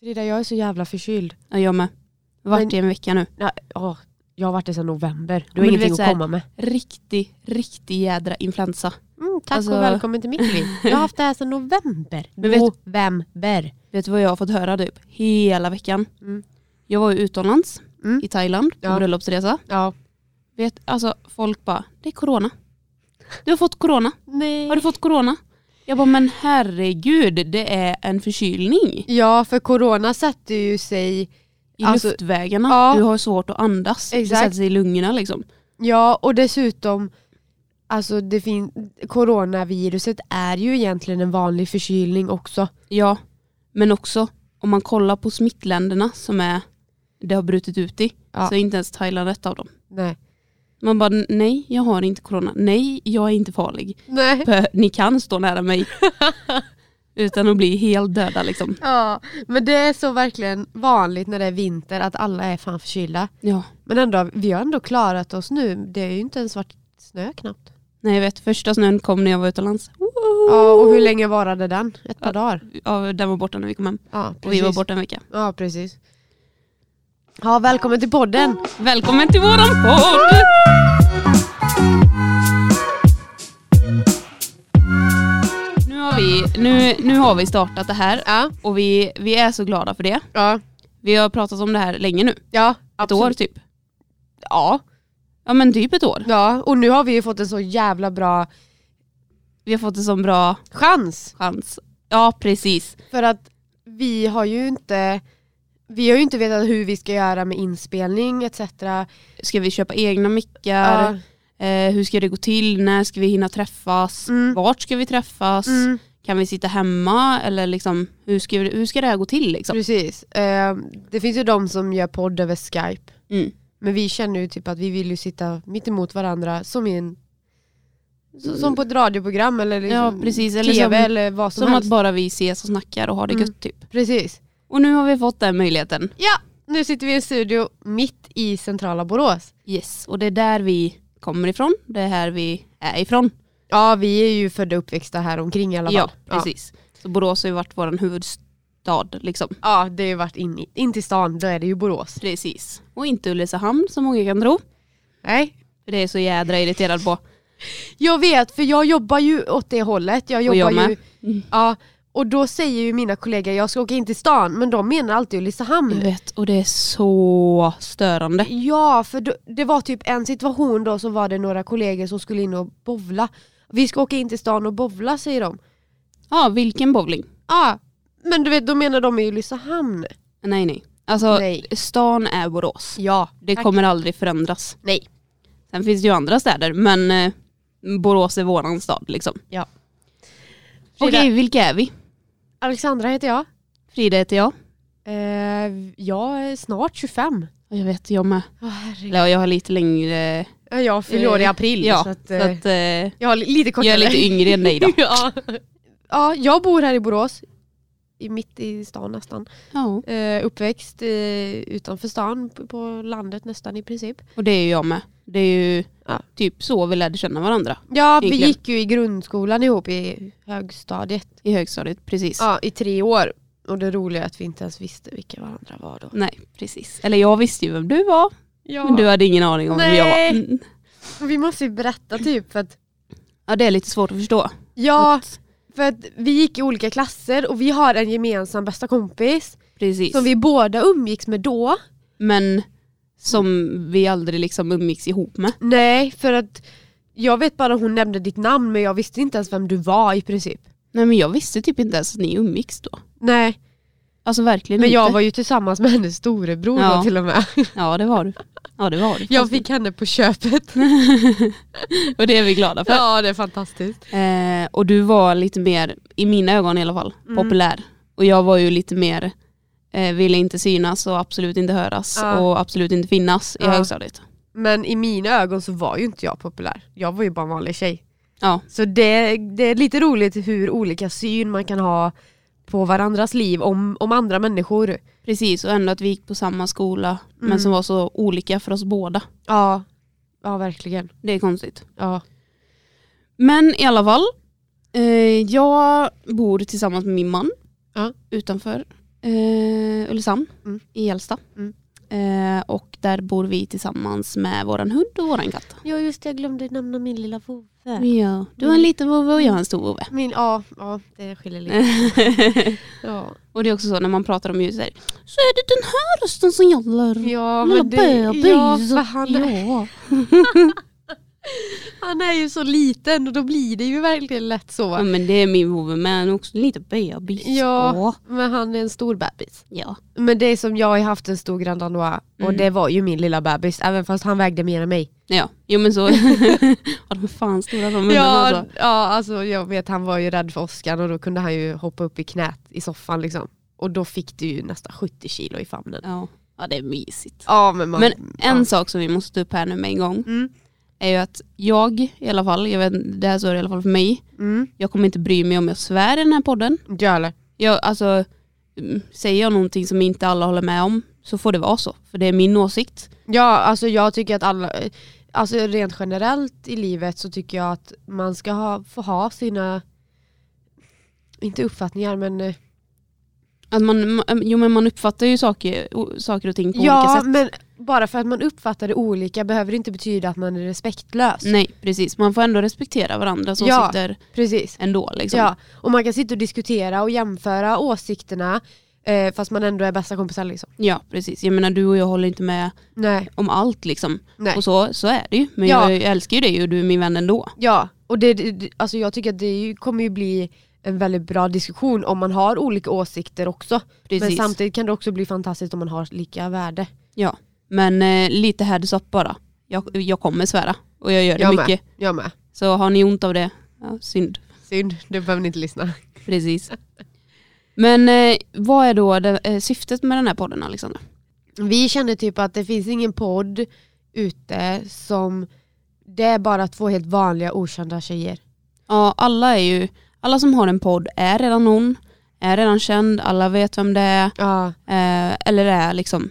Frida jag är så jävla förkyld. Ja, jag med. Vart Men- i en vecka nu. Nej, åh, jag har varit det sedan november. Du har Men du ingenting vet så att här- komma med. Riktig, riktig jädra influensa. Mm, tack Alltså- och välkommen till mitt liv. Jag har haft det här sedan november. Men vet- November. Vet du vad jag har fått höra typ hela veckan? Mm. Jag var ju utomlands Mm. i Thailand på Ja. bröllopsresa. Ja. Vet, alltså folk bara, det är corona. Du har fått corona. Nej. Har du fått corona? Jag bara, men herregud, det är en förkylning Ja för corona sätter ju sig i Alltså, luftvägarna. ja. Du har svårt att andas. Det Exakt. sätter sig i lungorna liksom. Ja, och dessutom, alltså det fin- coronaviruset är ju egentligen en vanlig förkylning också. Ja, men också om man kollar på smittländerna som är, det har brutit ut i, Ja. så är inte ens Thailand ett av dem. Nej. Man bara, nej jag har inte corona, nej jag är inte farlig. Nej. Pö, Ni kan stå nära mig. Utan att bli helt döda liksom. Ja, men det är så verkligen vanligt när det är vinter att alla är fan förkylda. Ja. Men ändå, vi har ändå klarat oss nu. Det har ju inte ens varit snö knappt. Nej jag vet, första snön kom när jag var utomlands. Ja, och hur länge varade den? Ett par Ja. dagar? Ja, den var borta när vi kom hem. Ja, Och vi var borta en vecka. Ja, precis. Ja, välkommen till podden! Välkommen till våran podd! Nu har vi, nu, nu har vi startat det här Ja, och vi, vi är så glada för det. ja, Vi har pratat om det här länge nu, ja. ett år typ. Ja. Ja men typ ett år. ja, och nu har vi ju fått en så jävla bra Vi har fått en sån bra chans. chans. Ja precis. För att vi har ju inte vi har ju inte vetat hur vi ska göra med inspelning etc. Ska vi köpa egna mickar? Eh, hur ska det gå till? När ska vi hinna träffas? Mm. Vart ska vi träffas? Mm, Kan vi sitta hemma? Eller liksom, hur, ska, hur ska det här gå till? Liksom? precis. Eh, det finns ju de som gör podd över Skype. Mm. Men vi känner ju typ att vi vill ju sitta mitt emot varandra som i en s- som på ett radioprogram eller Ja liksom precis, eller TV som, eller vad som, som att helst. bara vi ses och snackar och har det Mm. gött typ. Precis. Och nu har vi fått den möjligheten. Ja, nu sitter vi i en studio mitt i centrala Borås. Yes, och det är där vi kommer ifrån, det är här vi är ifrån. Ja, vi är ju födda och uppväxta här omkring i alla fall. Ja, precis. Så Borås har ju varit vår huvudstad liksom. Ja, det har ju varit in, in till stan, då är det ju Borås. Precis. Och inte Ulricehamn som många kan tro. Nej. För det är så jädra irriterad på. Jag vet, för jag jobbar ju åt det hållet. Jag jobbar Och jag ju, med. ja, och då säger ju mina kollegor jag ska åka in till stan, men de menar alltid Jag Ulricehamn. vet, och det är så störande. Ja, för då, det var typ en situation då så var det några kollegor som skulle in och bovla. Vi ska åka in till stan och bovla säger de. Ja, vilken bowling. Ja, men du vet, då menar de i Ulricehamn. Nej nej. Alltså Nej. stan är Borås. Ja. Det Tack. kommer aldrig förändras. Nej. Sen finns det ju andra städer men eh, Borås är våran stad liksom. Ja. Frida. Okej, vilka är vi? Alexandra heter jag. Frida heter jag. Eh, jag är snart 25. Och jag vet, jag med. Oh, herregud. Eller jag har lite längre... Jag fyller år i eh, april Ja, så att, så eh, att, eh, jag har li- lite kortare. jag är lite yngre än dig då. ja. ja, jag bor här i Borås. I mitt i stan nästan. Ja. Eh, uppväxt eh, utanför stan, på, på landet nästan i princip. Och det är ju jag med. Det är ju Ja. typ så vi lärde känna varandra. Ja, vi Egentligen. gick ju i grundskolan ihop i högstadiet. I högstadiet, precis. Ja, i tre år. Och det roliga är att vi inte ens visste vilka varandra var då. Nej, precis. Eller jag visste ju vem du var, Ja. men du hade ingen aning om vem jag var. Nej. Mm. Vi måste ju berätta typ för att Ja, det är lite svårt att förstå. Ja, Att- för att vi gick i olika klasser och vi har en gemensam bästa kompis Precis. som vi båda umgicks med då. Men som vi aldrig liksom umgicks ihop med. Nej, för att jag vet bara hon nämnde ditt namn men jag visste inte ens vem du var i princip. Nej men jag visste typ inte ens att ni umgicks då. Nej, Alltså verkligen men inte. jag var ju tillsammans med hennes storebror Ja. då till och med. Ja det var du. Ja det var du. Jag fick henne på köpet. Och det är vi glada för. Ja, det är fantastiskt. Eh, och du var lite mer, i mina ögon i alla fall, Mm. populär. Och jag var ju lite mer, eh, ville inte synas och absolut inte höras Ja. och absolut inte finnas i Ja. högstadiet. Men i mina ögon så var ju inte jag populär. Jag var ju bara en vanlig tjej. Ja, Så det, det är lite roligt hur olika syn man kan ha på varandras liv, om, om andra människor. precis. Och ändå att vi gick på samma skola men Mm. som var så olika för oss båda. Ja, ja verkligen. Det är konstigt. Ja. Men i alla fall, eh, jag bor tillsammans med min man Ja. utanför eh, Ulricehamn Mm. i Hjälsta. Mm. Eh, och där bor vi tillsammans med våran hund och våran katt. Ja just det, jag glömde nämna min lilla vovve. Ja, du Mm. har en liten vovve och jag har en stor vovve. Min, ja, ja, det skiljer lite. Ja, och det är också så när man pratar om ljud så, här, så är det den här rösten som gäller. ja Lilla men det, bebis. ja, för han, Ja. han är ju så liten och då blir det ju verkligen lätt ja så. men det är min vovve med, han är också lite bebis. Ja, men han är en stor bebis. ja. Men det är som jag har haft en stor Grand Danois och Mm. det var ju min lilla bebis även fast han vägde mer än mig. Ja, jo men så. ja, de är fan stora de hundarna Ja, alltså. ja alltså, jag vet han var ju rädd för Oskar och då kunde han ju hoppa upp i knät i soffan liksom. Och då fick du ju nästan 70 kilo i famnen. Ja. ja, det är mysigt. Ja men man... Men en ja. sak som vi måste ta upp här nu med en gång Mm, är ju att jag i alla fall, jag vet, inte, det här står i alla fall för mig, mm, jag kommer inte bry mig om jag svär i den här podden. jävlar. Jag, alltså, mm, säger jag någonting som inte alla håller med om så får det vara så, för det är min åsikt. Ja, alltså jag tycker att alla, alltså rent generellt i livet så tycker jag att man ska ha, få ha sina, inte uppfattningar men, eh, Att man, ma- jo men man uppfattar ju saker, o- saker och ting på olika ja sätt. men bara för att man uppfattar det olika behöver det inte betyda att man är respektlös. Nej precis, man får ändå respektera varandras Ja. åsikter Precis. ändå. Liksom. Ja, och man kan sitta och diskutera och jämföra åsikterna eh, fast man ändå är bästa kompisar liksom. ja precis, jag menar du och jag håller inte med Nej. om allt liksom. Nej. Och så, så är det ju. Men Ja. jag, jag älskar ju dig och du är min vän ändå. Ja, och det, det, alltså jag tycker att det är ju- kommer ju bli en väldigt bra diskussion om man har olika åsikter också. Precis. Men samtidigt kan det också bli fantastiskt om man har lika värde. Ja. Men eh, lite heads up bara. Jag, jag kommer svära och jag gör det Jag mycket. med. Jag med. Så har ni ont av det, ja, synd. Synd, du behöver ni inte lyssna. Precis. Men eh, vad är då det, eh, syftet med den här podden Alexandra? Vi känner typ att det finns ingen podd ute som det är bara två helt vanliga okända tjejer. Ja, alla är ju, alla som har en podd är redan någon, är redan känd, alla vet vem det är, Ja, eh, eller är liksom,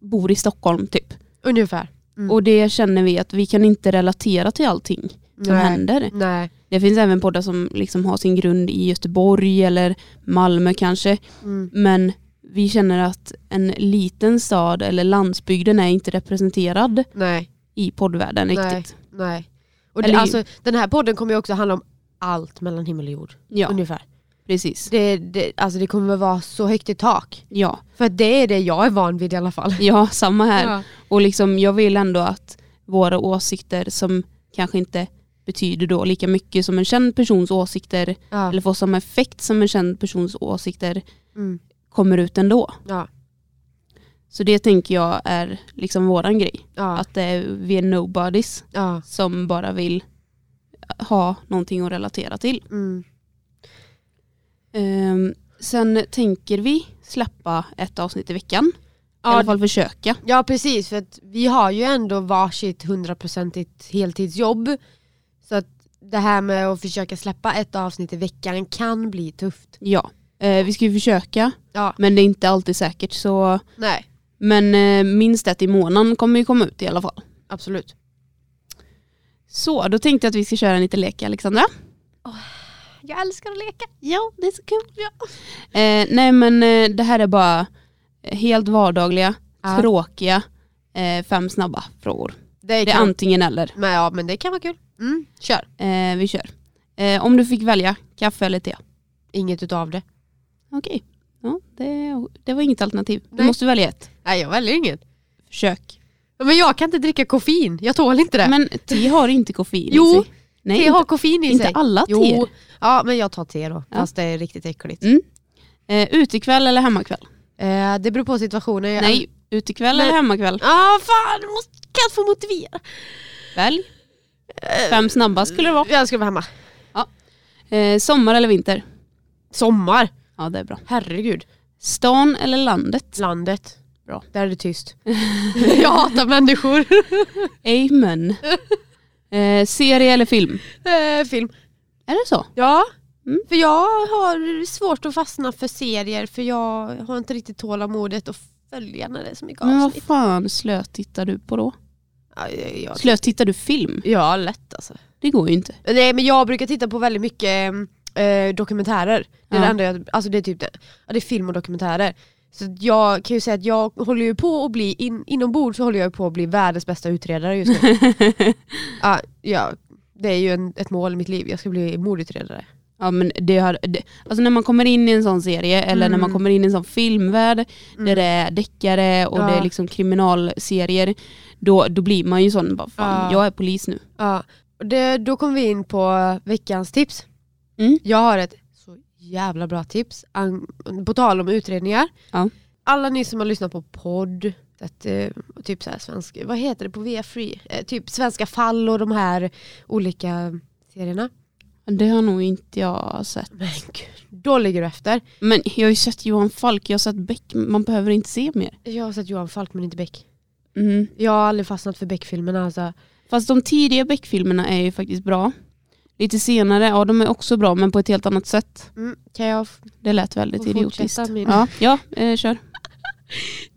bor i Stockholm typ. ungefär. Mm. Och det känner vi att vi kan inte relatera till allting som Nej. händer. Nej. Det finns även poddar som liksom har sin grund i Göteborg eller Malmö kanske. Mm. Men vi känner att en liten stad eller landsbygden är inte representerad Nej. i poddvärlden Nej. riktigt. Nej. Och Eller- det, alltså, den här podden kommer ju också handla om allt mellan himmel och jord. Ja, Ungefär. precis. Det, det, alltså det kommer vara så högt i tak. Ja, För att det är det jag är van vid i alla fall. ja samma här. Ja. Och liksom, jag vill ändå att våra åsikter som kanske inte betyder då lika mycket som en känd persons åsikter Ja. eller får samma effekt som en känd persons åsikter Mm. kommer ut ändå. Ja. Så det tänker jag är liksom våran grej. Ja. Att det är, vi är nobodies Ja. som bara vill ha någonting att relatera till. Mm. Ehm, sen tänker vi släppa ett avsnitt i veckan. I alla Ja, fall försöka. ja precis, för att vi har ju ändå varsitt hundraprocentigt heltidsjobb. Så att det här med att försöka släppa ett avsnitt i veckan kan bli tufft. Ja. Eh, vi ska ju försöka Ja, men det är inte alltid säkert. Så... nej, Men eh, minst ett i månaden kommer ju komma ut i alla fall. absolut. Så då tänkte jag att vi ska köra en liten lek Alexandra. Jag älskar att leka. Ja, det är så kul. Eh, nej men eh, det här är bara eh, helt vardagliga, Ja. tråkiga, eh, fem snabba frågor. Det är, Det är kul. antingen eller. Men, ja, men det kan vara kul. Mm, kör. Eh, vi kör. Eh, om du fick välja, kaffe eller te? Inget utav det. Okej, ja, det, det var inget alternativ. Du Nej. måste välja ett. Nej, jag väljer inget. Försök. Men jag kan inte dricka koffein, jag tål inte det. Men te har inte koffein i Jo, sig. Nej, te inte, har koffein i inte sig. alla teer. Jo, ja men jag tar te då, Ja. fast det är riktigt äckligt. Eh, utekväll eller hemmakväll? Eh, det beror på situationen. Jag- Nej, utekväll Nej. eller hemmakväll? Ah, fan, du måste, kan få motivera. Välj. Fem snabba skulle det vara. Jag skulle vara hemma. Eh, sommar eller vinter? Sommar, Ja, det är bra. herregud. Stan eller landet? Landet. Bra. Där är det tyst. jag hatar människor. Amen. Eh, serie eller film? Eh, film. Är det så? Ja, Mm. för jag har svårt att fastna för serier för jag har inte riktigt tålamodet att följa när det är så mycket Men vad avsnitt. fan slöt tittar du på då? Ja, jag, Slöt tittar du film? ja, lätt alltså. Det går ju inte. Nej men jag brukar titta på väldigt mycket eh, eh, dokumentärer. Det är Ja. det enda jag, alltså det är typ det. Ja, det är film och dokumentärer. Så att jag kan ju säga att jag håller ju på att bli, in, inombords så håller jag ju på att bli världens bästa utredare just nu. ja, ja, det är ju en, ett mål i mitt liv, jag ska bli mordutredare. Ja men det har, det, alltså när man kommer in i en sån serie eller när man Mm. kommer in i en sån filmvärld där det är deckare och Ja. det är liksom kriminalserier då, då blir man ju sån, bara, fan Ja. jag är polis nu. Ja, och det, då kommer vi in på veckans tips. Mm. Jag har ett så jävla bra tips, an, på tal om utredningar. Ja. Alla ni som har lyssnat på podd, att, eh, typ så här svensk, vad heter det på VF Free? Eh, typ Svenska fall och de här olika serierna. Det har nog inte jag sett. Men gud, då ligger du efter. Men jag har ju sett Johan Falk, jag har sett Beck, man behöver inte se mer. Jag har sett Johan Falk men inte Beck. Mm. Jag har aldrig fastnat för Beck-filmerna alltså. Fast de tidiga Beck-filmerna är ju faktiskt bra. Lite senare, ja de är också bra men på ett helt annat sätt. Mm, kan jag f- Det lät väldigt Får idiotiskt. fortsätta min- Ja, ja eh, kör.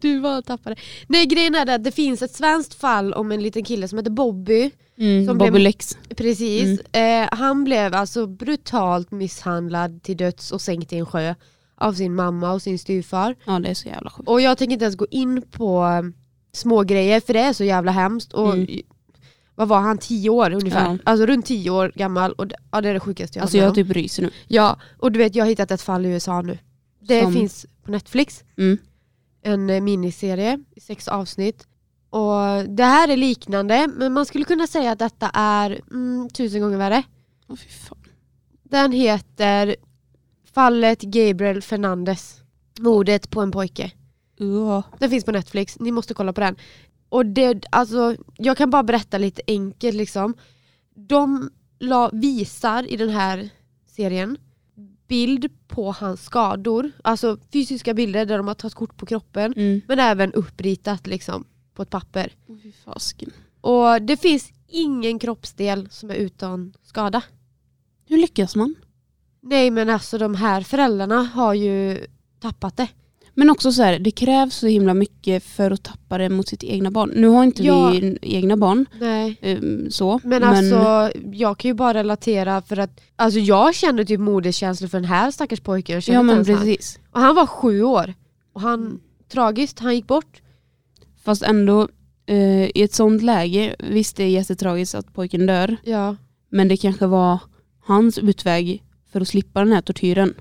du var tappade. Nej grejen är det att det finns ett svenskt fall om en liten kille som heter Bobby. Mm, Som Bobby blev- Lex. Precis. Mm. Eh, han blev alltså brutalt misshandlad till döds och sänkt i en sjö av sin mamma och sin styvfar. Ja det är så jävla sjukt. Och jag tänker inte ens gå in på eh, små grejer för det är så jävla hemskt. Och Mm. Vad var han, tio år ungefär? Ja. Alltså runt tio år gammal. Och det, ja, det är det sjukaste jag Alltså har jag varit med typ ryser nu. om. Ja, och du vet jag har hittat ett fall i USA nu. Det Som- finns på Netflix. Mm. En eh, miniserie i sex avsnitt. Och Det här är liknande men man skulle kunna säga att detta är mm, tusen gånger värre. Åh, fy fan. Den heter Fallet Gabriel Fernandez. Mordet på en pojke. Ja. Den finns på Netflix, ni måste kolla på den. Och det, alltså, jag kan bara berätta lite enkelt liksom. De la, visar i den här serien bild på hans skador, alltså fysiska bilder där de har tagit kort på kroppen Mm. men även uppritat liksom på ett papper. Åh, fy fasken. Och det finns ingen kroppsdel som är utan skada. Hur lyckas man? Nej men alltså de här föräldrarna har ju tappat det. Men också så här, det krävs så himla mycket för att tappa det mot sitt egna barn. Nu har inte Ja. vi n- egna barn, Nej. ehm, så. Men, alltså jag kan ju bara relatera för att alltså, jag känner typ moderskänslor för den här stackars pojken. Jag känner ja, men inte ens han. precis. Och han var sju år. Och han, tragiskt, han gick bort. Fast ändå, eh, i ett sånt läge, visst det är jättetragiskt att pojken dör, Ja. men det kanske var hans utväg för att slippa den här tortyren.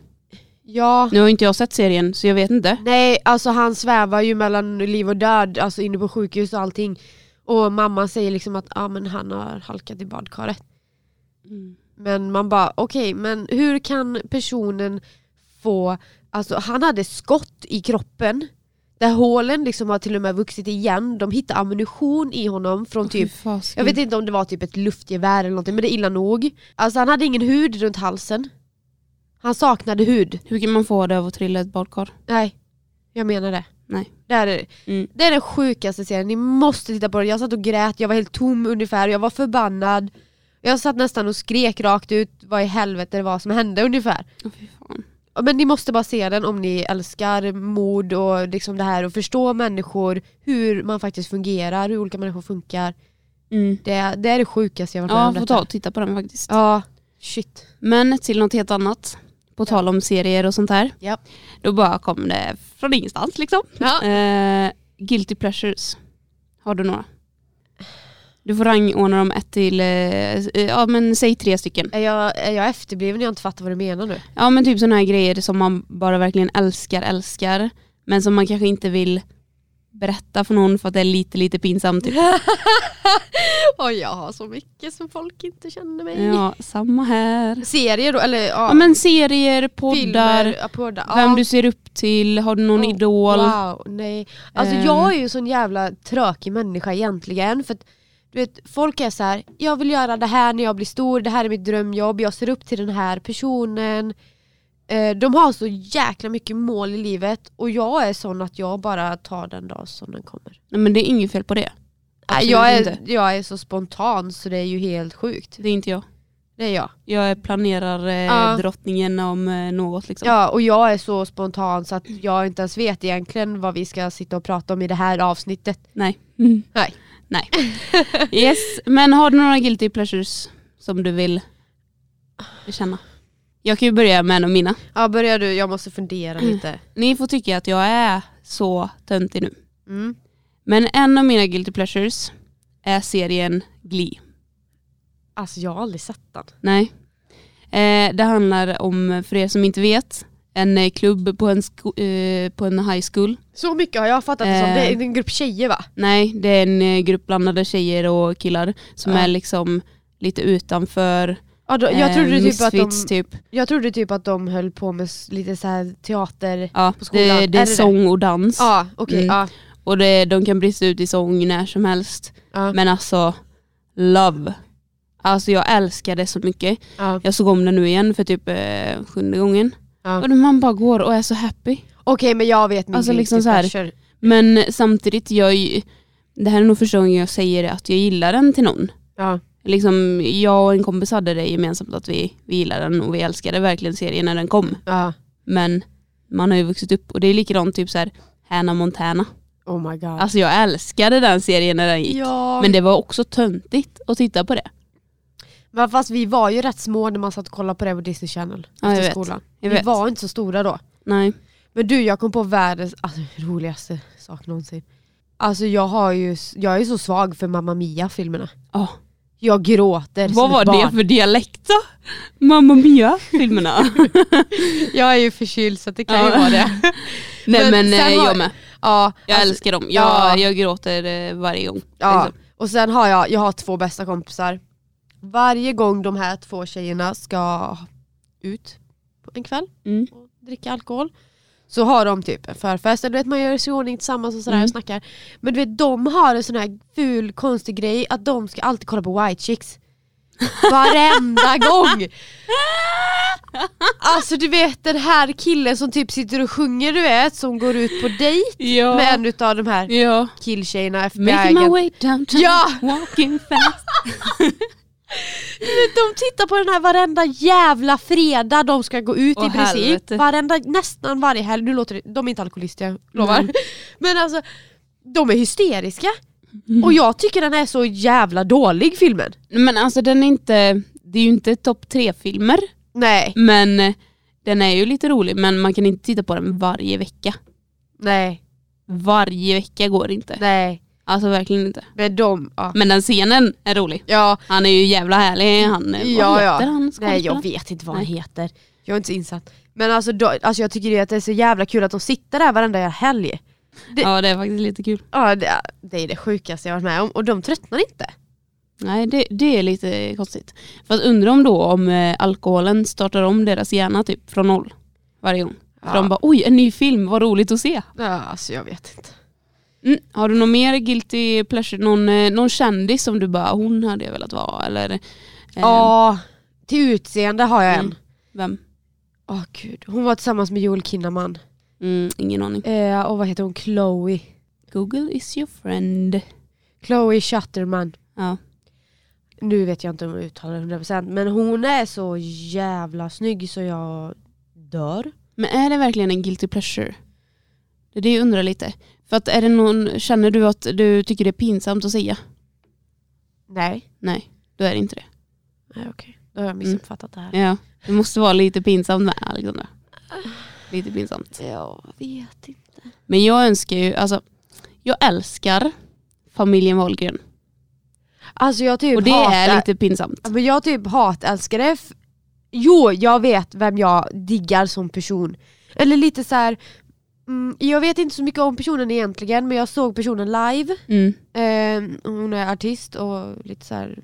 Ja. Nu har inte jag sett serien, så jag vet inte. Nej alltså han svävar ju mellan liv och död, alltså inne på sjukhus och allting. Och mamma säger liksom att ah, men han har halkat i badkaret. Men man bara, okej, men hur kan personen få, alltså han hade skott i kroppen där hålen liksom har till och med vuxit igen, de hittar ammunition i honom från typ Fy fasken. jag vet inte om det var typ ett luftgevär eller någonting men det är illa nog. Alltså han hade ingen hud runt halsen. Han saknade hud. Hur kan man få det av att trilla i ett badkar? Nej, jag menar det. Nej. Det här är, Mm. det är den sjukaste serien, ni måste titta på den. Jag satt och grät, jag var helt tom ungefär, jag var förbannad. Jag satt nästan och skrek rakt ut vad i helvete det var som hände ungefär. Åh, fy fan. Men ni måste bara se den om ni älskar mord och liksom det här och förstå människor, hur man faktiskt fungerar, hur olika människor funkar. Mm. Det, det är det sjukaste jag varit med Ja, om får detta. ta och titta på den faktiskt. Ja, shit. Men till något helt annat. På tal om serier och sånt här. Ja. Då bara kom det från ingenstans liksom. Ja. Eh, guilty pleasures. Har du några? Du får rangordna dem ett till, eh, eh, ja men säg tre stycken. Är jag, är jag efterbliven? Jag har inte fattat vad du menar nu. Ja men typ sådana här grejer som man bara verkligen älskar, älskar. Men som man kanske inte vill berätta för någon för att det är lite, lite pinsamt. Typ. Och jag har så mycket som folk inte känner mig. Ja, samma här. Serier då? Eller ja, Ja men serier, poddar, filmer? ja, poddar. Ja. vem du ser upp till, har du någon Oh, idol? Wow, nej. Alltså Ehm. jag är ju sån jävla tråkig människa egentligen. För att, du vet, folk är så här, jag vill göra det här när jag blir stor, det här är mitt drömjobb, jag ser upp till den här personen. Eh, De har så jäkla mycket mål i livet och jag är sån att jag bara tar den dag som den kommer. Nej men det är inget fel på det. Nej, Absolut jag, är, inte. jag är så spontan så det är ju helt sjukt. Det är inte jag. Det är jag. Jag är planerar eh, Ja. drottningen om eh, något liksom. Ja, och jag är så spontan så att jag inte ens vet egentligen vad vi ska sitta och prata om i det här avsnittet. Nej. Nej. Nej. Yes, men har du några guilty pleasures som du vill känna? Jag kan ju börja med en av mina. Ja börjar du, jag måste fundera Mm. lite. Ni får tycka att jag är så töntig nu. Mm. Men en av mina guilty pleasures är serien Glee. Alltså jag har aldrig sett den. Nej. Eh, det handlar om, för er som inte vet, en eh, klubb på en, sko- eh, på en high school. Så mycket har jag fattat det som. Eh. Det är en grupp tjejer va? Nej, det är en eh, grupp blandade tjejer och killar som Ja. är liksom lite utanför. Ja, då, jag, eh, trodde typ att de, misfits, typ. jag trodde typ att de höll på med s- lite så här teater... Ja, på skolan. det, det Är är, det det? sång och dans. Ja okej, Mm. ja. Och det, de kan brista ut i sång när som helst. Ja. Men alltså, love. Alltså jag älskar det så mycket. ja, Jag såg om det nu igen för typ eh, sjunde gången. Ja. Och man bara går och är så happy. Okej men jag vet min typ Alltså, guilty liksom så här. pleasure. Men samtidigt, jag, det här är nog första gången jag säger att jag gillar den till någon. Ja. Liksom, jag och en kompis hade det gemensamt att vi, vi gillar den och vi älskade verkligen serien när den kom. ja. Men man har ju vuxit upp och det är likadant typ så här Hannah Montana. Oh my god. Alltså jag älskade den serien när den gick. ja. Men det var också töntigt att titta på det. Men fast vi var ju rätt små när man satt och kollade på det på Disney Channel Ja, jag efter vet. skolan. Jag vi vet. var inte så stora då. Nej. Men du jag kom på världens alltså, roligaste sak någonsin. Alltså jag, har ju, jag är så svag för Mamma Mia filmerna. Ja. Jag gråter som Vad var ett barn. det för dialekt då? Mamma Mia-filmerna. Jag är ju förkyld så det kan Ja. ju vara det. Nej Men men, eh, sen har- jag med. Ja, Jag alltså, älskar dem. Jag, ja. jag gråter eh, varje gång. ja. Liksom. Och sen har jag, jag har två bästa kompisar. Varje gång de här två tjejerna ska ut på en kväll Mm. och dricka alkohol så har de typ en förfest, eller du vet man gör sig i ordning tillsammans och sådär Mm. och snackar. Men du vet de har en sån här ful konstig grej att de ska alltid kolla på White Chicks. Varenda gång! Alltså du vet den här killen som typ sitter och sjunger du vet, som går ut på dejt Ja. med en utav de här ja. killtjejerna, Making my FBI-agent. way downtown, Ja! walking fast. De tittar på den här varenda jävla fredag de ska gå ut Åh, i princip. helvete. Varenda, nästan varje helg. Nu låter det, de är inte alkoholister, jag lovar. Mm. Men alltså, de är hysteriska. Mm. Och jag tycker den är så jävla dålig filmen. Men alltså den är inte, det är ju inte topp tre filmer. Nej, Men eh, den är ju lite rolig men man kan inte titta på den varje vecka. nej, Varje vecka går inte. nej. Alltså verkligen inte. Men de, ja. Men den scenen är rolig. Ja, Han är ju jävla härlig han. eh, ja, vad ja. heter han nej skådespelaren? jag vet inte vad han heter. Jag är inte så insatt. Men alltså, då, alltså jag tycker det, att det är så jävla kul att de sitter där varenda jävla helg. Ja det är faktiskt lite kul. Ja, det, det är det sjukaste jag varit med om. Och de tröttnar inte. Nej det, det är lite konstigt. För att undrar om då om eh, alkoholen startar om deras hjärna typ från noll. Varje gång. För Ja. de bara oj en ny film, vad roligt att se. Ja, alltså jag vet inte. Mm. Har du någon mer guilty pleasure? Någon, eh, någon kändis som du bara hon hade jag velat vara eller? eh, Ja, till utseende har jag en. Mm. Vem? Åh gud, hon var tillsammans med Joel Kinnaman. Mm, ingen aning. Eh, och vad heter hon? Chloe. Google is your friend. Chloe Chatterman. Ja. Nu vet jag inte om jag uttalar det 100% men hon är så jävla snygg så jag dör. Men är det verkligen en guilty pleasure? Det är det jag undrar lite. För att är det någon, känner du att du tycker det är pinsamt att säga? Nej. Nej, då är det inte det. Nej okej, då har jag missuppfattat det här. Ja, det måste vara lite pinsamt med Alexandra. Lite pinsamt. Jag vet inte. Men jag önskar ju, alltså jag älskar familjen Wahlgren. Alltså jag typ Och det hatar... är lite pinsamt. Ja, Men jag typ hatälskar det. F- Jo, jag vet vem jag diggar som person. Eller lite så här. Mm, jag vet inte så mycket om personen egentligen men jag såg personen live. Mm. Eh, hon är artist och lite så här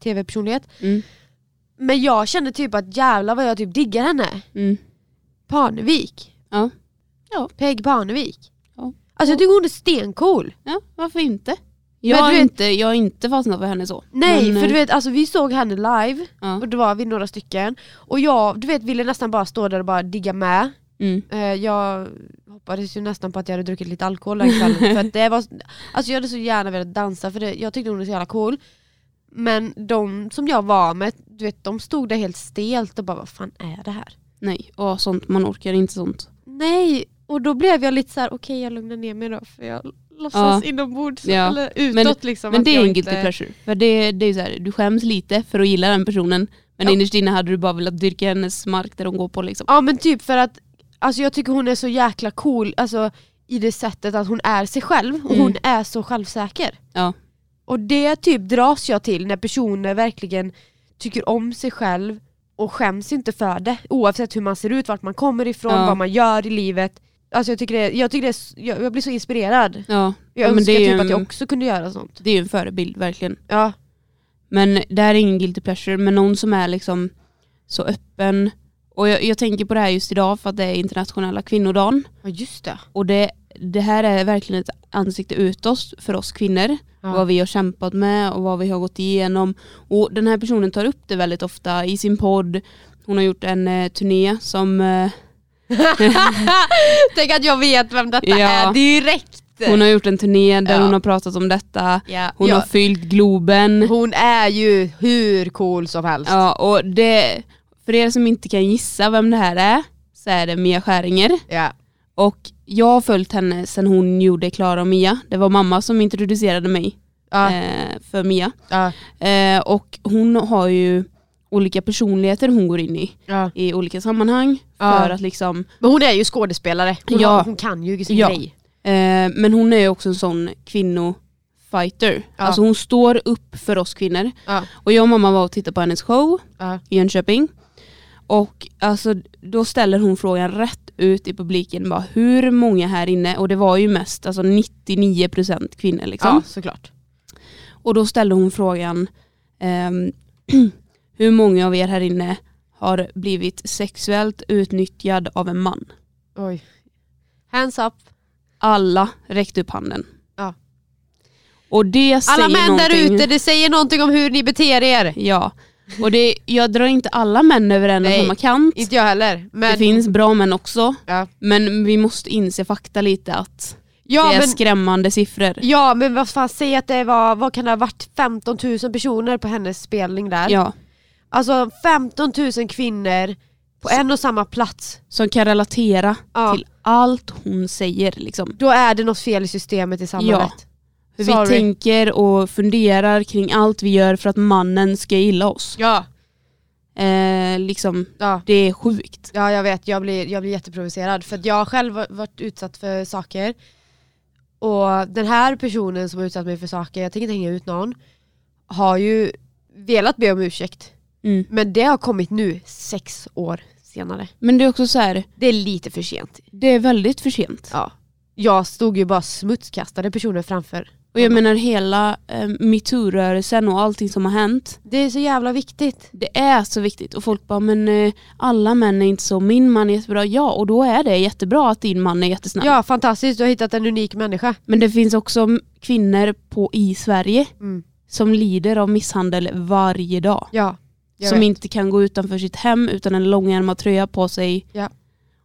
tv-personlighet. Mm. Men jag kände typ att jävlar vad jag typ diggar henne. Mm. Parnevik. Ja. Peg Parnevik. Ja. Alltså jag tycker hon är stencool. ja, varför inte? Jag har du vet- inte, jag har inte fastnat för henne så. Nej Men, för du eh, vet alltså vi såg henne live Ja. och det var vi några stycken. Och jag du vet ville nästan bara stå där och bara digga med. Mm. Eh, jag hoppades ju nästan på att jag hade druckit lite alkohol den kvällen. för att det var, alltså jag hade så gärna velat dansa för det, jag tyckte hon var så jävla cool. Men de som jag var med, du vet, de stod där helt stelt och bara vad fan är det här? Nej, och sånt, man orkar inte sånt. Nej, och då blev jag lite så här: okej jag lugnar ner mig då för jag låtsas Ja. inombords Ja. eller utåt men, liksom. Men att det är jag en inte- guilty pleasure. För det, det är ju så här, du skäms lite för att gilla den personen. Men Men Ja. innerst inne hade du bara velat dyrka hennes mark där hon går på liksom. Ja men typ för att alltså jag tycker hon är så jäkla cool alltså, i det sättet att hon är sig själv och Mm. hon är så självsäker. Ja. Och det typ dras jag till när personer verkligen tycker om sig själv och skäms inte för det oavsett hur man ser ut, vart man kommer ifrån, Ja. vad man gör i livet. Alltså jag tycker det, jag, tycker det är, s- jag, jag blir så inspirerad. Ja, Jag men önskar det är ju typ att jag en- också kunde göra sånt. det är ju en förebild verkligen. Ja, Men det här är ingen guilty pleasure, men någon som är liksom så öppen. Och jag, jag tänker på det här just idag för att det är internationella kvinnodagen. ja just det. Och det, det här är verkligen ett ansikte utåt för oss kvinnor. Ja. Vad vi har kämpat med och vad vi har gått igenom. Och den här personen tar upp det väldigt ofta i sin podd. Hon har gjort en eh, turné som eh, Tänk att jag vet vem detta Ja. är direkt! Hon har gjort en turné där Ja. hon har pratat om detta. Ja. Hon Ja. har fyllt Globen. Hon är ju hur cool som helst. Ja, och det, för er som inte kan gissa vem det här är så är det Mia Skäringer. Ja. Och jag har följt henne sedan hon gjorde Klara och Mia. Det var mamma som introducerade mig Ja. eh, för Mia. Ja. Eh, och hon har ju olika personligheter hon går in i Ja. i olika sammanhang. Ja. För att liksom, Men hon är ju skådespelare, hon, Ja. har, hon kan ju sin Ja. grej. eh, men hon är ju också en sån kvinnofighter. Ja. Alltså hon står upp för oss kvinnor. Ja. Och jag och mamma var och tittade på hennes show Ja. i Jönköping. Och alltså, då ställer hon frågan rätt ut i publiken. Bara, hur många här inne, och det var ju mest alltså 99% kvinnor. Liksom. ja, såklart. Och då ställde hon frågan ehm, hur många av er här inne har blivit sexuellt utnyttjad av en man? Oj. Hands up. Alla räckte upp handen. Ja. Och det säger Alla män där någonting. ute, det säger någonting om hur ni beter er. Ja. Och det, jag drar inte alla män över en och Nej. samma kant. Inte jag heller. Men, Det finns bra män också. ja. Men vi måste inse fakta lite att Ja, det är men, skrämmande siffror. ja men vad fan, säg att det var, vad kan det ha varit, 15 000 personer på hennes spelning där. Ja, Alltså 15 000 kvinnor på en och samma plats. som kan relatera Ja. till allt hon säger. Liksom. Då är det något fel i systemet i samhället. Hur Sorry. vi tänker och funderar kring allt vi gör för att mannen ska gilla oss. Ja. Eh, liksom, ja. det är sjukt. Ja jag vet, jag blir, jag blir jätteprovocerad för att jag har själv va- varit utsatt för saker och den här personen som har utsatt mig för saker, jag tänker inte hänga ut någon, har ju velat be om ursäkt. Mm. Men det har kommit nu, sex år senare. Men det är också så här, Det är lite för sent. det är väldigt för sent. Ja. Jag stod ju bara smutskastade personer framför. Och jag menar hela eh, metoo-rörelsen och allting som har hänt. Det är så jävla viktigt. Det är så viktigt och folk bara men eh, alla män är inte så, min man är jättebra. Ja och då är det jättebra att din man är jättesnäll. Ja fantastiskt, du har hittat en unik människa. Men det finns också m- kvinnor på, i Sverige Mm. som lider av misshandel varje dag. Ja. jag Som vet. inte kan gå utanför sitt hem utan en långärmad tröja på sig. Ja.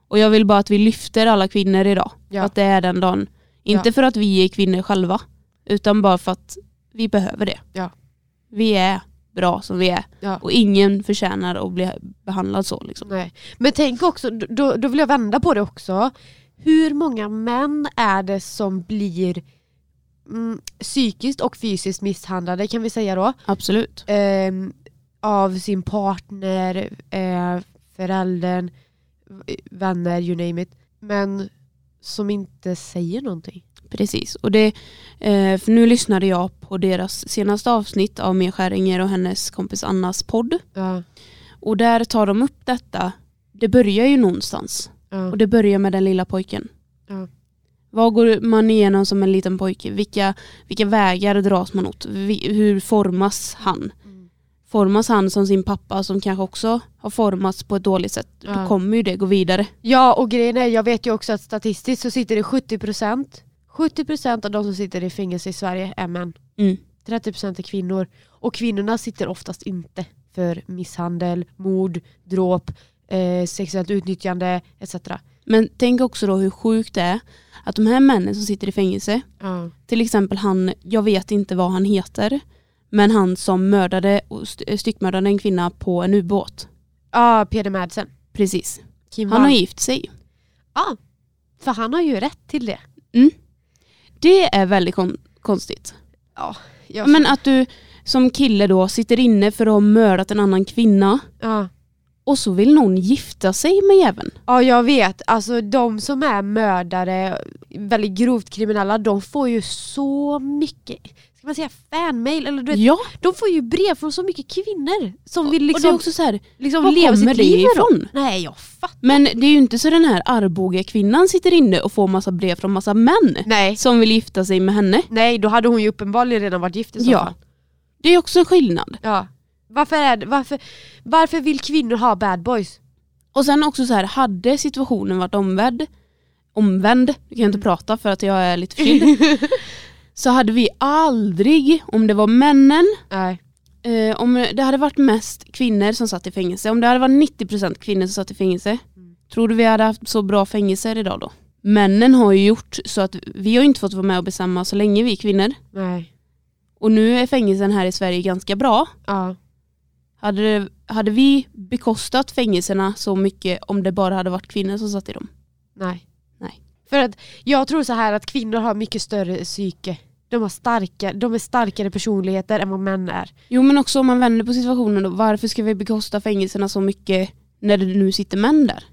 Och jag vill bara att vi lyfter alla kvinnor idag. Ja. Att det är den dagen. Inte för att vi är kvinnor själva, utan bara för att vi behöver det. Ja. Vi är bra som vi är. Ja. Och ingen förtjänar att bli behandlad så. Liksom. Nej. Men tänk också, då, då vill jag vända på det också. Hur många män är det som blir mm, psykiskt och fysiskt misshandlade kan vi säga då? Absolut. Ehm, av sin partner, eh, föräldern, v- vänner, you name it. Men som inte säger någonting. Precis, och det, eh, för nu lyssnade jag på deras senaste avsnitt av Mia Skäringer och hennes kompis Annas podd. Ja, Och där tar de upp detta. Det börjar ju någonstans. ja, Och det börjar med den lilla pojken. Ja. Vad går man igenom som en liten pojke? Vilka, vilka vägar dras man åt? Vi, hur formas han? Mm. Formas han som sin pappa som kanske också har formats på ett dåligt sätt? Ja. Då kommer ju det gå vidare. ja och grejen är, jag vet ju också att statistiskt så sitter det 70% 70% av de som sitter i fängelse i Sverige är män. Mm. 30% är kvinnor. Och kvinnorna sitter oftast inte för misshandel, mord, dråp, eh, sexuellt utnyttjande etc. Men tänk också då hur sjukt det är att de här männen som sitter i fängelse Ja. Till exempel han, jag vet inte vad han heter, men han som mördade och st- styckmördade en kvinna på en ubåt. Ja, Peder Madsen. Precis. Kim Han har Wall. gift sig. Ja, för han har ju rätt till det. Det är väldigt kon- konstigt. Ja, jag Men att du som kille då sitter inne för att ha mördat en annan kvinna Ja. och så vill någon gifta sig med jäveln. ja jag vet, alltså de som är mördare, väldigt grovt kriminella, de får ju så mycket ska man säga fanmail? Eller du vet, Ja, De får ju brev från så mycket kvinnor som vill och det är liksom, också så här, liksom var leva kommer sitt det liv med dem. ifrån? Nej jag fattar Men det är ju inte så den här Arboga kvinnan sitter inne och får massa brev från massa män Nej. som vill gifta sig med henne. Nej då hade hon ju uppenbarligen redan varit gift i så Ja. fall. Det är också en skillnad. Ja. Varför, är det, varför, varför vill kvinnor ha bad boys? Och sen också så här, hade situationen varit omvänd, omvänd, jag kan inte prata för att jag är lite förkyld, så hade vi aldrig, om det var männen, Nej. eh, om det hade varit mest kvinnor som satt i fängelse, om det hade varit 90% kvinnor som satt i fängelse, tror du vi hade haft så bra fängelser idag då? Männen har ju gjort så att vi har ju inte fått vara med och bestämma så länge vi är kvinnor. Nej. Och nu är fängelsen här i Sverige ganska bra. Ja. Hade, det, hade vi bekostat fängelserna så mycket om det bara hade varit kvinnor som satt i dem? Nej. Nej. För att jag tror så här att kvinnor har mycket större psyke. De, har starka, de är starkare personligheter än vad män är. Jo men också om man vänder på situationen då, varför ska vi bekosta fängelserna så mycket när det nu sitter män där?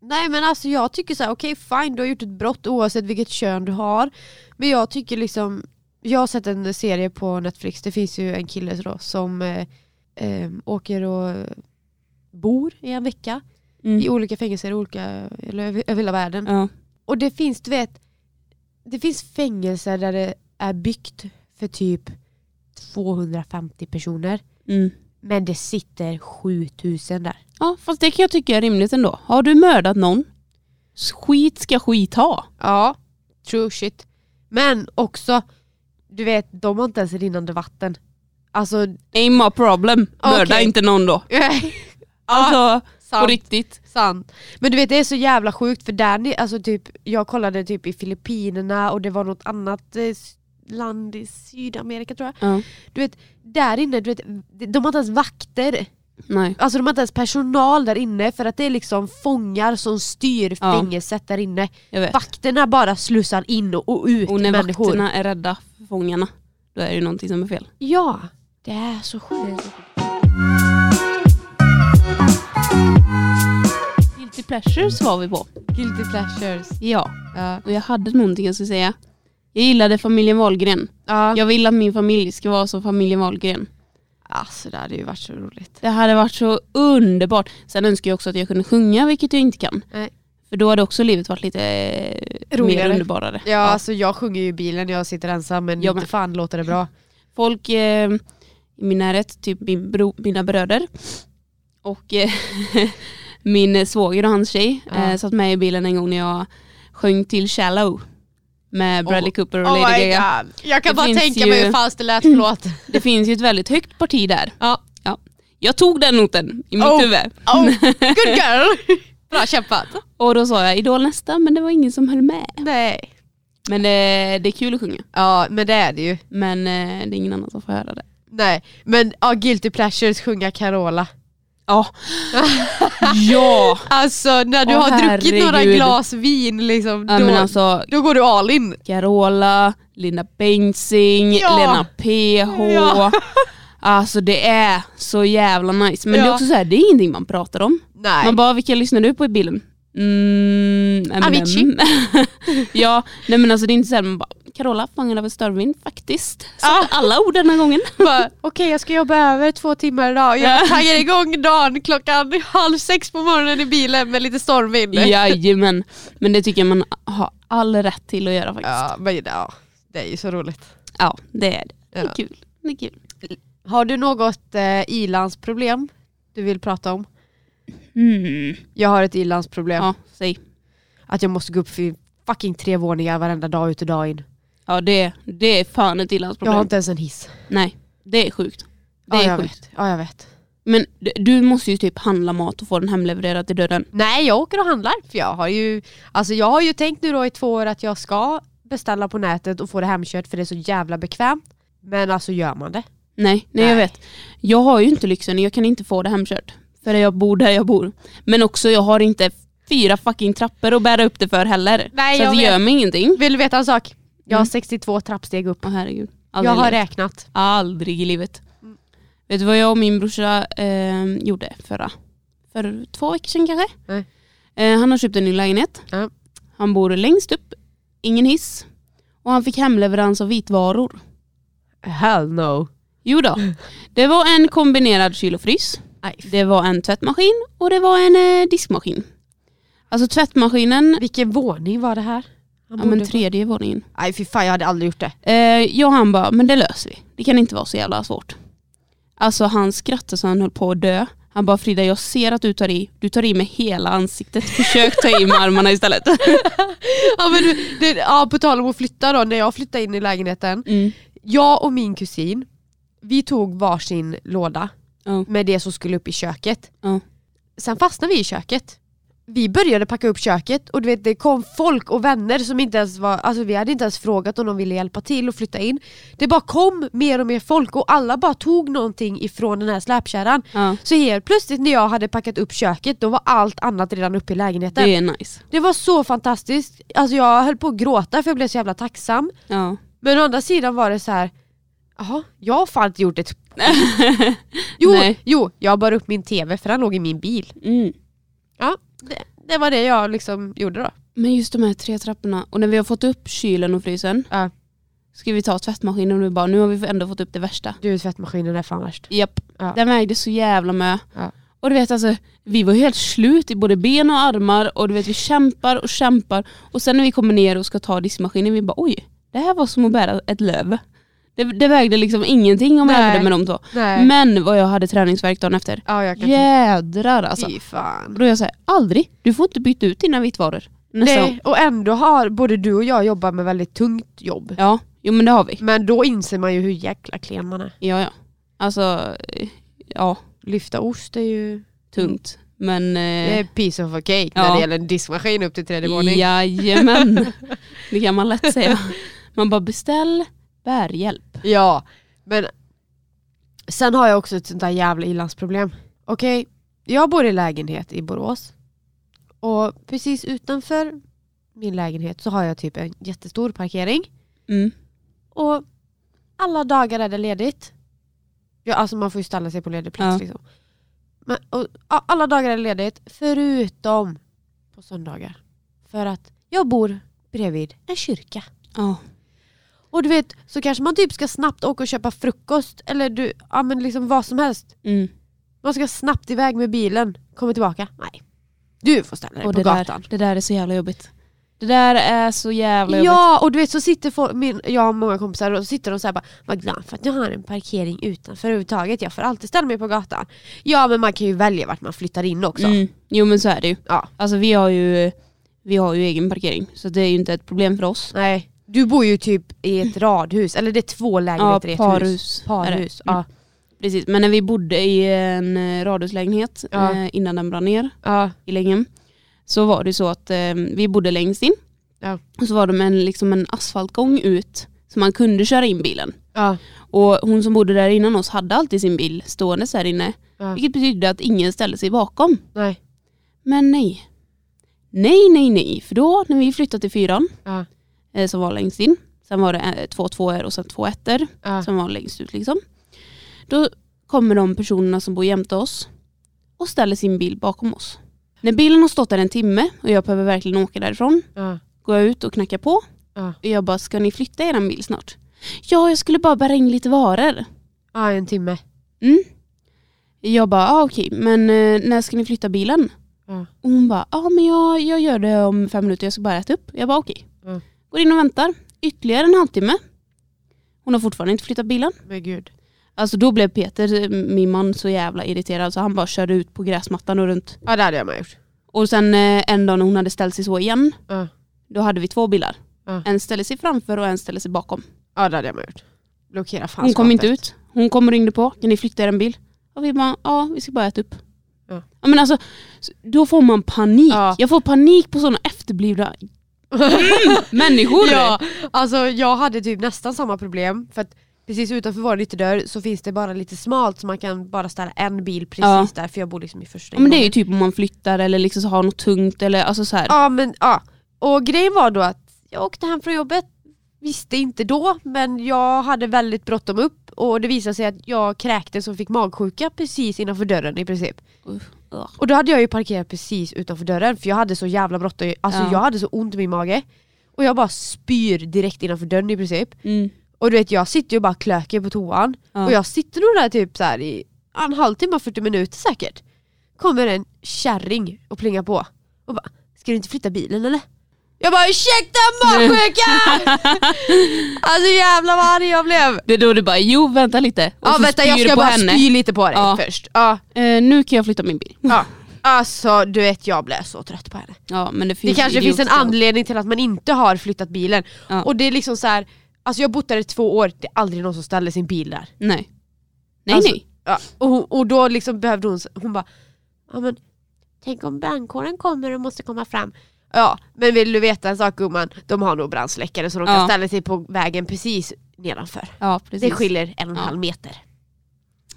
Nej men alltså jag tycker så här, okej fine du har gjort ett brott oavsett vilket kön du har. Men jag tycker liksom, jag har sett en serie på Netflix, det finns ju en kille då, som eh, eh, åker och bor i en vecka i Mm. olika fängelser i olika, eller över, över hela världen. Ja. Och det finns du vet, det finns fängelser där det är byggt för typ 250 personer. Mm. Men det sitter 7000 där. ja fast det kan jag tycka är rimligt ändå. Har du mördat någon, skit ska skit ha. Ja, true shit. Men också, du vet, de har inte ens rinnande vatten. Alltså, Ain't my problem, mörda Okej. inte någon då. Alltså på sant, riktigt. sant. Men du vet, det är så jävla sjukt för där, ni- alltså typ, jag kollade typ i Filippinerna och det var något annat eh, s- land i Sydamerika tror jag. Ja. Du vet, där inne, du vet, de har inte ens vakter. Nej. Alltså de har inte ens personal där inne för att det är liksom fångar som styr Ja. fängelset där inne. Jag vet. Vakterna bara slussar in och, och ut Och när människor. vakterna är rädda för fångarna, då är det ju någonting som är fel. Ja, det är så sjukt. Guilty pleasures var vi på. Guilty pleasures. Ja, Ja. och jag hade någonting jag skulle säga. Jag gillade familjen Wahlgren. ja. Jag vill att min familj ska vara som familjen Wahlgren. Alltså det hade ju varit så roligt. Det hade varit så underbart. Sen önskar jag också att jag kunde sjunga, vilket jag inte kan. Nej. För då hade också livet varit lite eh, mer Roligare. underbarare. Ja, alltså jag sjunger ju i bilen när jag sitter ensam men Jag inte med. fan låter det bra. Folk eh, i min närhet, typ min bro, mina bröder och eh, min svåger och hans tjej eh, Ja. satt med i bilen en gång när jag sjöng till Shallow med Bradley Cooper och Lady Gaga. Oh god. Jag kan Det bara finns tänka mig ju- hur fan det lät, förlåt. Det finns ju ett väldigt högt parti där. Ja. Ja. Jag tog den noten i mitt Oh. huvud. Oh, good girl! Bra kämpat. Och då sa jag Idol nästa men det var ingen som höll med. Nej. Men det, det är kul att sjunga. Ja men det är det ju. Men eh, det är ingen annan som får höra det. Nej. Men ja, Guilty Pleasures sjunga Carola. Ja. ja. Alltså när du Åh, har druckit några herregud. glas vin liksom, ja då, men alltså då går du all in. Carola, Linda Bengtzing, Ja. Lena PH. Ja. Alltså det är så jävla nice. Men det är Ja. också så här, det är ingenting man pratar om. Nej. Ah, Man bara, vilka lyssnar du på i bilen? Mm, Eminem. Avicii. ja, nej men alltså det är inte såhär, man bara, Carola fångad av en stormvind faktiskt. Så Ja. alla ord den här gången. bara, okej jag ska jobba över två timmar idag. Ja. Jag taggar igång dagen klockan halv sex på morgonen i bilen med lite stormvind. Jajamän. Men det tycker jag man har all rätt till att göra faktiskt. Ja, Ja, men, ja, det är ju så roligt. det är det. Det är Ja. kul. Det är kul. Har du något eh, ilandsproblem du vill prata om? Mm. Jag har ett ilandsproblem. Ja, säg. Att jag måste gå upp för fucking tre våningar varenda dag ut och dag in. Ja det, det är fan ett Jag har ilandsproblem. inte ens en hiss. Nej, det är sjukt. Det ja, är jag sjukt. vet. ja, jag vet. Men d- du måste ju typ handla mat och få den hemlevererad till dörren. Nej, jag åker och handlar. För jag, har ju, alltså, jag har ju tänkt nu då i två år att jag ska beställa på nätet och få det hemkört för det är så jävla bekvämt. Men alltså gör man det? Nej, nej, jag Nej. vet. Jag har ju inte lyxen, jag kan inte få det hemkört. För jag bor där jag bor. Men också jag har inte fyra fucking trappor att bära upp det för heller. Nej, så jag att det gör mig ingenting. Vill du veta en sak? Jag har Mm. 62 trappsteg upp. Åh herregud. Alltså, jag Aldrig, i har livet. räknat. Aldrig i livet. Vet du vad jag och min brorsa eh, gjorde förra? För två veckor sedan kanske? Nej. Eh, han har köpt en ny lägenhet. Ja. Han bor längst upp, ingen hiss. Och han fick hemleverans av vitvaror. Hell no. Jo då. Det var en kombinerad kyl och frys. Det var en tvättmaskin och det var en eh, diskmaskin. Alltså tvättmaskinen, Vilken våning var det här? Han ja men bodde på- tredje våningen. Nej fy fan jag hade aldrig gjort det. Eh, jag och han bara, men det löser vi. Det kan inte vara så jävla svårt. Alltså han skrattade så han höll på att dö. Han bara, Frida jag ser att du tar i. Du tar i med hela ansiktet. Försök ta i med armarna istället. Ja, men du, det, ja, på tal om att flytta då, när jag flyttade in i lägenheten. Mm. Jag och min kusin, vi tog varsin låda Ja. med det som skulle upp i köket. Ja. Sen fastnade vi i köket. Vi började packa upp köket och du vet, det kom folk och vänner som inte ens var, alltså vi hade inte ens frågat om de ville hjälpa till och flytta in. Det bara kom mer och mer folk och alla bara tog någonting ifrån den här släpkärran. Ja, Så helt plötsligt när jag hade packat upp köket då var allt annat redan uppe i lägenheten. det är nice. Det var så fantastiskt, alltså jag höll på att gråta för jag blev så jävla tacksam. Ja. Men å andra sidan var det så här. jaha, jag har fan inte gjort ett jo, Nej. jo, jag bar upp min TV för den låg i min bil. Mm. Ja, det, det var det jag liksom gjorde då. Men just de här tre trapporna. Och när vi har fått upp kylen och frysen. Ja. Ska vi ta tvättmaskinen och nu bara, nu har vi ändå fått upp det värsta. Du, tvättmaskinen är fan värst. Japp. Ja. Den vägde så jävla med. Ja. Och du vet alltså, vi var ju helt slut i både ben och armar och du vet vi kämpar och kämpar. Och sen när vi kommer ner och ska ta diskmaskinen, vi bara oj, det här var som att bära ett löv. Det, det vägde liksom ingenting om man Nej. jämförde med de två. Nej. Men vad jag hade träningsvärk dagen efter. ja, jag kan Jädrar alltså. Fy Och fan. då är jag såhär, aldrig, du får inte byta ut dina vitvaror. Nästa gång. Nej, och ändå har både du och jag jobbat med väldigt tungt jobb. Ja, jo men det har vi. Men då inser man ju hur jäkla klen man är. Ja ja. Alltså, eh, ja, Lyfta ost är ju tungt. Men... eh, det är piece of a cake Ja. när det gäller en diskmaskin upp till tredje våning. Jajamän, det kan man lätt säga. Man bara beställ bärhjälp. Ja, men sen har jag också ett sånt där jävla ilandsproblem. Okej, jag bor i lägenhet i Borås. Och precis utanför min lägenhet så har jag typ en jättestor parkering. Mm. Och alla dagar är det ledigt. Ja, alltså man får ju ställa sig på ledig plats. Ja. Liksom. Men, och, ja, alla dagar är det ledigt förutom på söndagar. För att jag bor bredvid en kyrka. Ja. Och du vet, så kanske man typ ska snabbt åka och köpa frukost eller du, ja, men liksom vad som helst. Mm. Man ska snabbt iväg med bilen, kommer tillbaka. Nej. Du får ställa dig Och på det gatan. där, det där är så jävla jobbigt. Det där är så jävla jobbigt. Ja, och du vet så sitter folk, min, jag har många kompisar och så sitter de så här bara Vad glad för att du har en parkering utanför överhuvudtaget, jag får alltid ställa mig på gatan. Ja men man kan ju välja vart man flyttar in också. Mm. Jo men så är det ju. Ja. Alltså vi har ju, vi har ju egen parkering så det är ju inte ett problem för oss. Nej, du bor ju typ i ett radhus, eller det är två lägenheter i ett hus. är det. Parhus. Mm. Ja. Precis, men när vi bodde i en eh, radhuslägenhet Ja. eh, innan den brann ner Ja. i Längen så var det så att eh, vi bodde längst in Ja. och så var det en, liksom en asfaltgång ut så man kunde köra in bilen. Ja. Och hon som bodde där innan oss hade alltid sin bil stående här inne. Ja. Vilket betydde att ingen ställde sig bakom. Nej. Men nej. Nej, nej, nej. För då när vi flyttade till fyran Ja. eh, som var längst in. Sen var det eh, två tvåor och sen två ettor Ja. som var längst ut liksom. Då kommer de personerna som bor jämte oss och ställer sin bil bakom oss. När bilen har stått där en timme och jag behöver verkligen åka därifrån Ja. går jag ut och knackar på Ja. och jag bara, ska ni flytta eran bil snart? Ja, jag skulle bara bära in lite varor. ja, en timme. Mm. Jag bara, ah, okej, men eh, när ska ni flytta bilen? Ja. Och hon bara, ah, men jag, jag gör det om fem minuter, jag ska bara äta upp. Jag bara, okej. Mm. Går in och väntar, ytterligare en halvtimme. Hon har fortfarande inte flyttat bilen. Men gud. Alltså då blev Peter, eh, min man, så jävla irriterad så han bara körde ut på gräsmattan och runt. Ja det hade jag med gjort. Och sen eh, en dag när hon hade ställt sig så igen, Ja. då hade vi två bilar. Mm. En ställde sig framför och en ställde sig bakom. Ja det hade jag med gjort. Blockera fan Hon kom skapet. inte ut. Hon kom och ringde på. Kan ni flytta er en bil? Och vi bara, ja vi ska bara äta upp. Ja. men alltså, s- då får man panik. Ja. Jag får panik på sådana efterblivna människor. Ja, alltså jag hade typ nästan samma problem. För att precis utanför vår ytterdörr så finns det bara lite smalt så man kan bara ställa en bil precis Ja. där för jag bor liksom i första Ja, men det är ju ingången. typ om man flyttar eller liksom så har något tungt eller alltså så här. Ja men ja. Och grejen var då att jag åkte hem från jobbet, visste inte då men jag hade väldigt bråttom upp och det visade sig att jag kräktes och fick magsjuka precis innanför dörren i princip. Ugh. Och då hade jag ju parkerat precis utanför dörren för jag hade så jävla bråttom, alltså Ja. jag hade så ont i min mage. Och jag bara spyr direkt innanför dörren i princip. Mm. Och du vet jag sitter ju och bara klöker på toan. Ja. Och jag sitter nog där typ så här i en halvtimme, 40 minuter säkert. Kommer en kärring och plingar på. Och bara, ska du inte flytta bilen eller? Jag bara ursäkta magsjuka! alltså jävlar vad arg jag blev. Det är då du bara, jo vänta lite. Och ja så vänta spyr jag du ska på bara henne. spy lite på dig Ja. först. Ja, Eh, nu kan jag flytta min bil. ja. Alltså du vet jag blev så trött på henne. Ja, men det Det finns kanske finns en idiotiska- anledning till att man inte har flyttat bilen. Ja. Och det är liksom så här, alltså jag har bott där i två år, det är aldrig någon som ställer sin bil där. Nej. Nej Alltså- nej. Ja, och, hon, och då liksom behövde hon, hon bara, ja men tänk om brandkåren kommer och måste komma fram. Ja, men vill du veta en sak gumman, de har nog brandsläckare så de Ja. kan ställa sig på vägen precis nedanför. Ja precis. Det skiljer en och en Ja. halv meter.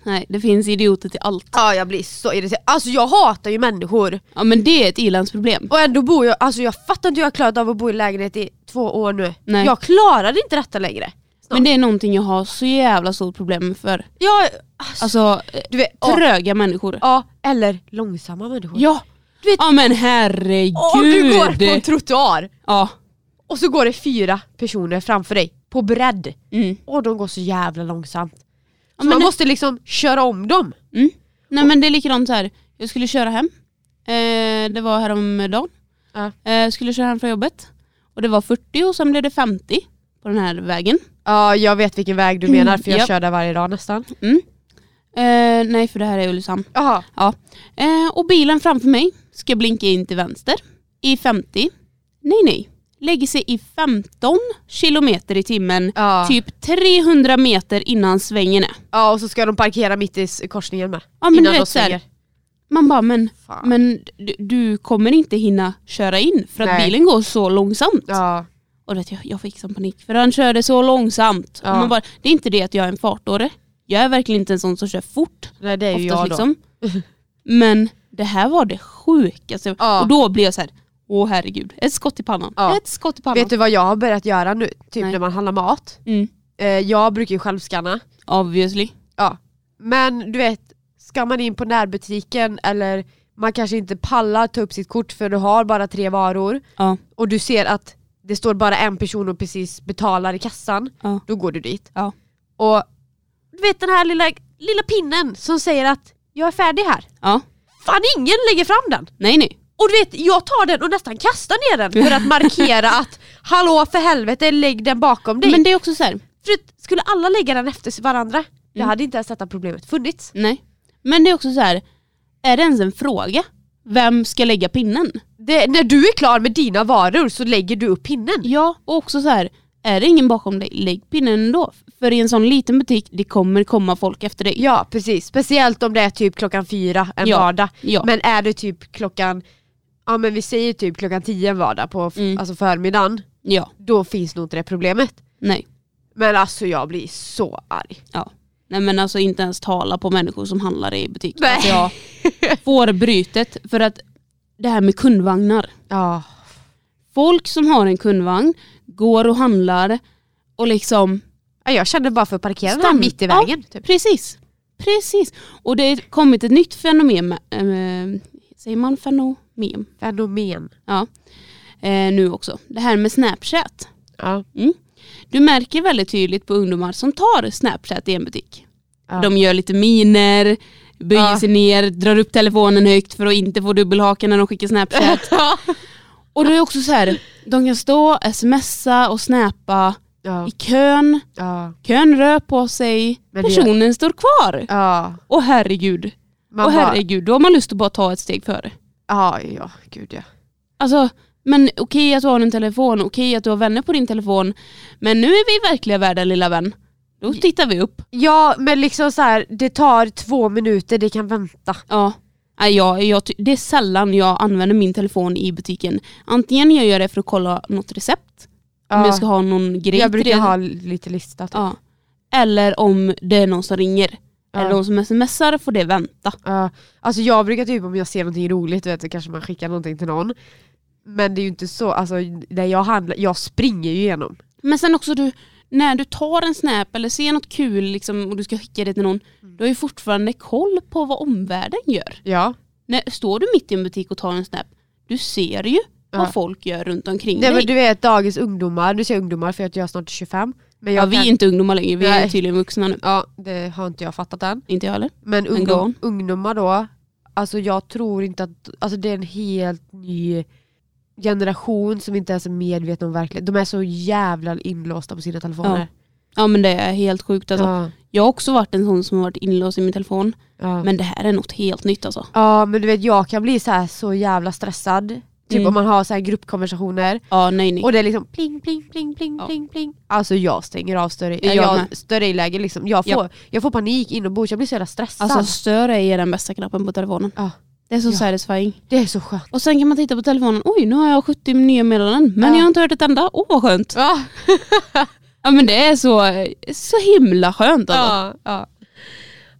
Nej, det finns idioter till allt. Ja jag blir så irriterad, alltså jag hatar ju människor Ja men det är ett ilandsproblem. och ändå bor jag, alltså jag fattar inte hur jag klarat av att bo i lägenhet i två år nu. Nej. Jag klarade inte detta längre. Snart. Men det är någonting jag har så jävla stort problem med för. Jag, alltså, Alltså eh, du vet, ja, tröga människor. ja, eller långsamma människor. Ja. Du vet- ja men herregud. Om du går på en trottoar Ja. Och så går det fyra personer framför dig på bredd. Mm. Och de går så jävla långsamt. Så Ja, men man det- måste liksom köra om dem. Mm. Nej men det är likadant så här. jag skulle köra hem, eh, det var häromdagen. Ja. Eh, skulle köra hem från jobbet och det var 40 och sen blev det 50 på den här vägen. Ja, jag vet vilken väg du menar för jag Japp. kör där varje dag nästan. Mm. Eh, nej för det här är Ulricehamn. Jaha. Ja. Eh, och bilen framför mig ska blinka in till vänster i 50. Nej nej, lägger sig i 15 kilometer i timmen. Ja. Typ 300 meter innan svängen är. ja, och så ska de parkera mitt i s- korsningen med. Ja, men innan du de vet så här, svänger. Man bara men, Fan. men du, du kommer inte hinna köra in för att Nej. bilen går så långsamt. Ja. Och vet, jag, jag fick sån panik för han körde så långsamt. Ja. Och Man bara, det är inte det att jag är en fartåre. Jag är verkligen inte en sån som kör fort. Nej det är ju jag Oftast då. liksom. Men det här var det sjukaste. Ja. Och då blev jag så här, åh herregud. Ett skott i pannan. Ja. Ett skott i pannan. Vet du vad jag har börjat göra nu? Typ Nej. när man handlar mat. Mm. Eh, jag brukar ju självskanna. Obviously. Ja. Men du vet, ska man in på närbutiken eller man kanske inte pallar ta upp sitt kort för du har bara tre varor. Ja. och du ser att det står bara en person och precis betalar i kassan, Ja. då går du dit. Ja. Och du vet den här lilla, lilla pinnen som säger att jag är färdig här. ja. Fan ingen lägger fram den! Nej nej. Och du vet, jag tar den och nästan kastar ner den för att markera att hallå för helvete lägg den bakom dig. Men det är också så här, för att skulle alla lägga den efter varandra, Mm. jag hade inte ens detta problemet funnits. nej. Men det är också så här, är det ens en fråga? Vem ska lägga pinnen? Det, när du är klar med dina varor så lägger du upp pinnen. Ja, och också så här, är det ingen bakom dig, lägg pinnen ändå. För i en sån liten butik, det kommer komma folk efter dig. Ja precis, speciellt om det är typ klockan fyra en Ja, vardag. ja. Men är det typ klockan, ja men vi säger typ klockan tio en vardag på f- Mm. alltså förmiddagen, Ja, då finns nog inte det problemet. nej. Men alltså jag blir så arg. Ja. Nej men alltså inte ens tala på människor som handlar i butik. Nej. Alltså jag får brytet för att det här med kundvagnar. Ja, Folk som har en kundvagn går och handlar och liksom Ja, jag kände bara för att parkera den här Stann- mitt i vägen. Typ. Precis. Precis. Och det har kommit ett nytt fenomen, med, eh, säger man fenomen? Fenomen. Ja. Eh, nu också. Det här med Snapchat. Ja. Du märker väldigt tydligt på ungdomar som tar Snapchat i en butik. Ja. De gör lite miner, böjer Ja. sig ner, drar upp telefonen högt för att inte få dubbelhaken när de skickar Snapchat. och det är också så här, de kan stå, smsa och snappa Ja. i kön. Ja. Kön rör på sig, Men det- personen står kvar. Ja. Åh herregud. Man och bara, herregud, då har man lust att bara ta ett steg före. ja, ja, gud ja. Alltså, men okej att du har en telefon, okej att du har vänner på din telefon, men nu är vi i verkliga världen lilla vän. Då tittar vi upp. Ja men liksom så här, det tar två minuter, det kan vänta. Ja. Nej, jag, jag, ty- det är sällan jag använder min telefon i butiken. Antingen jag gör det för att kolla något recept, om Ja. jag ska ha någon grej jag till brukar det. ha lite lista. Typ. Ja. Eller om det är någon som ringer. Ja. Eller någon som smsar får det vänta. Ja, alltså jag brukar typ om jag ser någonting roligt, du vet, så kanske man skickar någonting till någon. Men det är ju inte så, alltså när jag handlar, jag springer ju igenom. Men sen också du, när du tar en snap eller ser något kul liksom, och du ska skicka det till någon, Mm. du har ju fortfarande koll på vad omvärlden gör. Ja. När, står du mitt i en butik och tar en snap, du ser ju vad Ja. folk gör runt omkring Nej, dig. men du vet dagens ungdomar, du säger ungdomar för att jag är snart 25. Men jag ja, vi är kan, inte ungdomar längre, vi är Nej. tydligen vuxna nu. ja, det har inte jag fattat än. Inte jag heller. Men Men ungdom, gone. ungdomar då, alltså jag tror inte att, alltså det är en helt ny generation som inte ens är medveten om verkligheten. De är så jävla inlåsta på sina telefoner. Ja men det är helt sjukt alltså. Ja, Jag har också varit en sån som har varit inlåst i min telefon. ja. Men det här är något helt nytt alltså. ja men du vet jag kan bli så här så jävla stressad. Typ Mm. om man har så här gruppkonversationer Ja nej nej. och det är liksom pling pling pling pling Ja. pling pling. Alltså jag stänger av större, Ja, jag jag jag med. större i läge liksom. Jag får, Ja. jag får panik inombords, jag blir så jävla stressad. Alltså störa är den bästa knappen på telefonen. Ja. Det är så Ja. satisfying. det är så skönt. Och sen kan man titta på telefonen, oj nu har jag 70 nya meddelanden men Ja. jag har inte hört ett enda, åh vad skönt. Ja, Ja men det är så, så himla skönt alltså. ja, ja.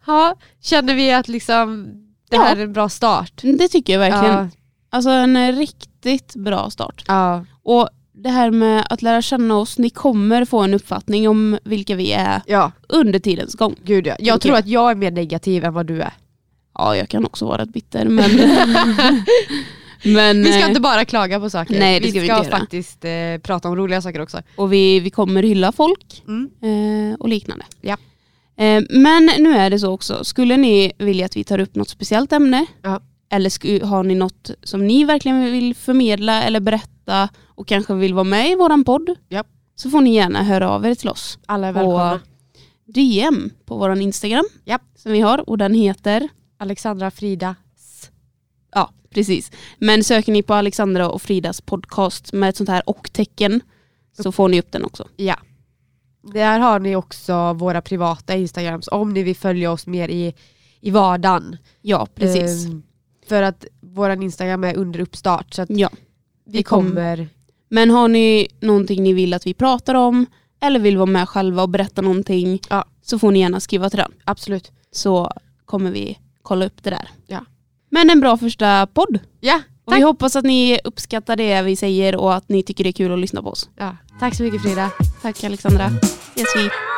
ja känner vi att liksom det här Ja. är en bra start? Det tycker jag verkligen. Ja. Alltså en riktigt bra start. Ja. Och det här med att lära känna oss, ni kommer få en uppfattning om vilka vi är ja, under tidens gång. gud ja. Jag Okej. tror att jag är mer negativ än vad du är. Ja jag kan också vara ett bitter men... men Vi ska eh, inte bara klaga på saker. Nej, det vi ska vi inte göra. faktiskt eh, prata om roliga saker också. Och vi, vi kommer hylla folk Mm. eh, och liknande. Ja. Eh, men nu är det så också, skulle ni vilja att vi tar upp något speciellt ämne Ja. eller sku, har ni något som ni verkligen vill förmedla eller berätta och kanske vill vara med i våran podd Ja. så får ni gärna höra av er till oss Alla är välkomna. på DM på våran Instagram Ja. som vi har och den heter Alexandra Frida. Ja, precis. Men söker ni på Alexandra och Fridas podcast med ett sånt här och-tecken så får ni upp den också. Ja. Där har ni också våra privata Instagrams om ni vill följa oss mer i, i vardagen. Ja, precis. Ehm, för att våran Instagram är under uppstart så att Ja. vi det kom- kommer Men har ni någonting ni vill att vi pratar om eller vill vara med själva och berätta någonting Ja. så får ni gärna skriva till den. absolut. Så kommer vi kolla upp det där. Ja. Men en bra första podd. Ja, Och vi hoppas att ni uppskattar det vi säger och att ni tycker det är kul att lyssna på oss. ja. Tack så mycket Frida. Tack Alexandra. Ses vi.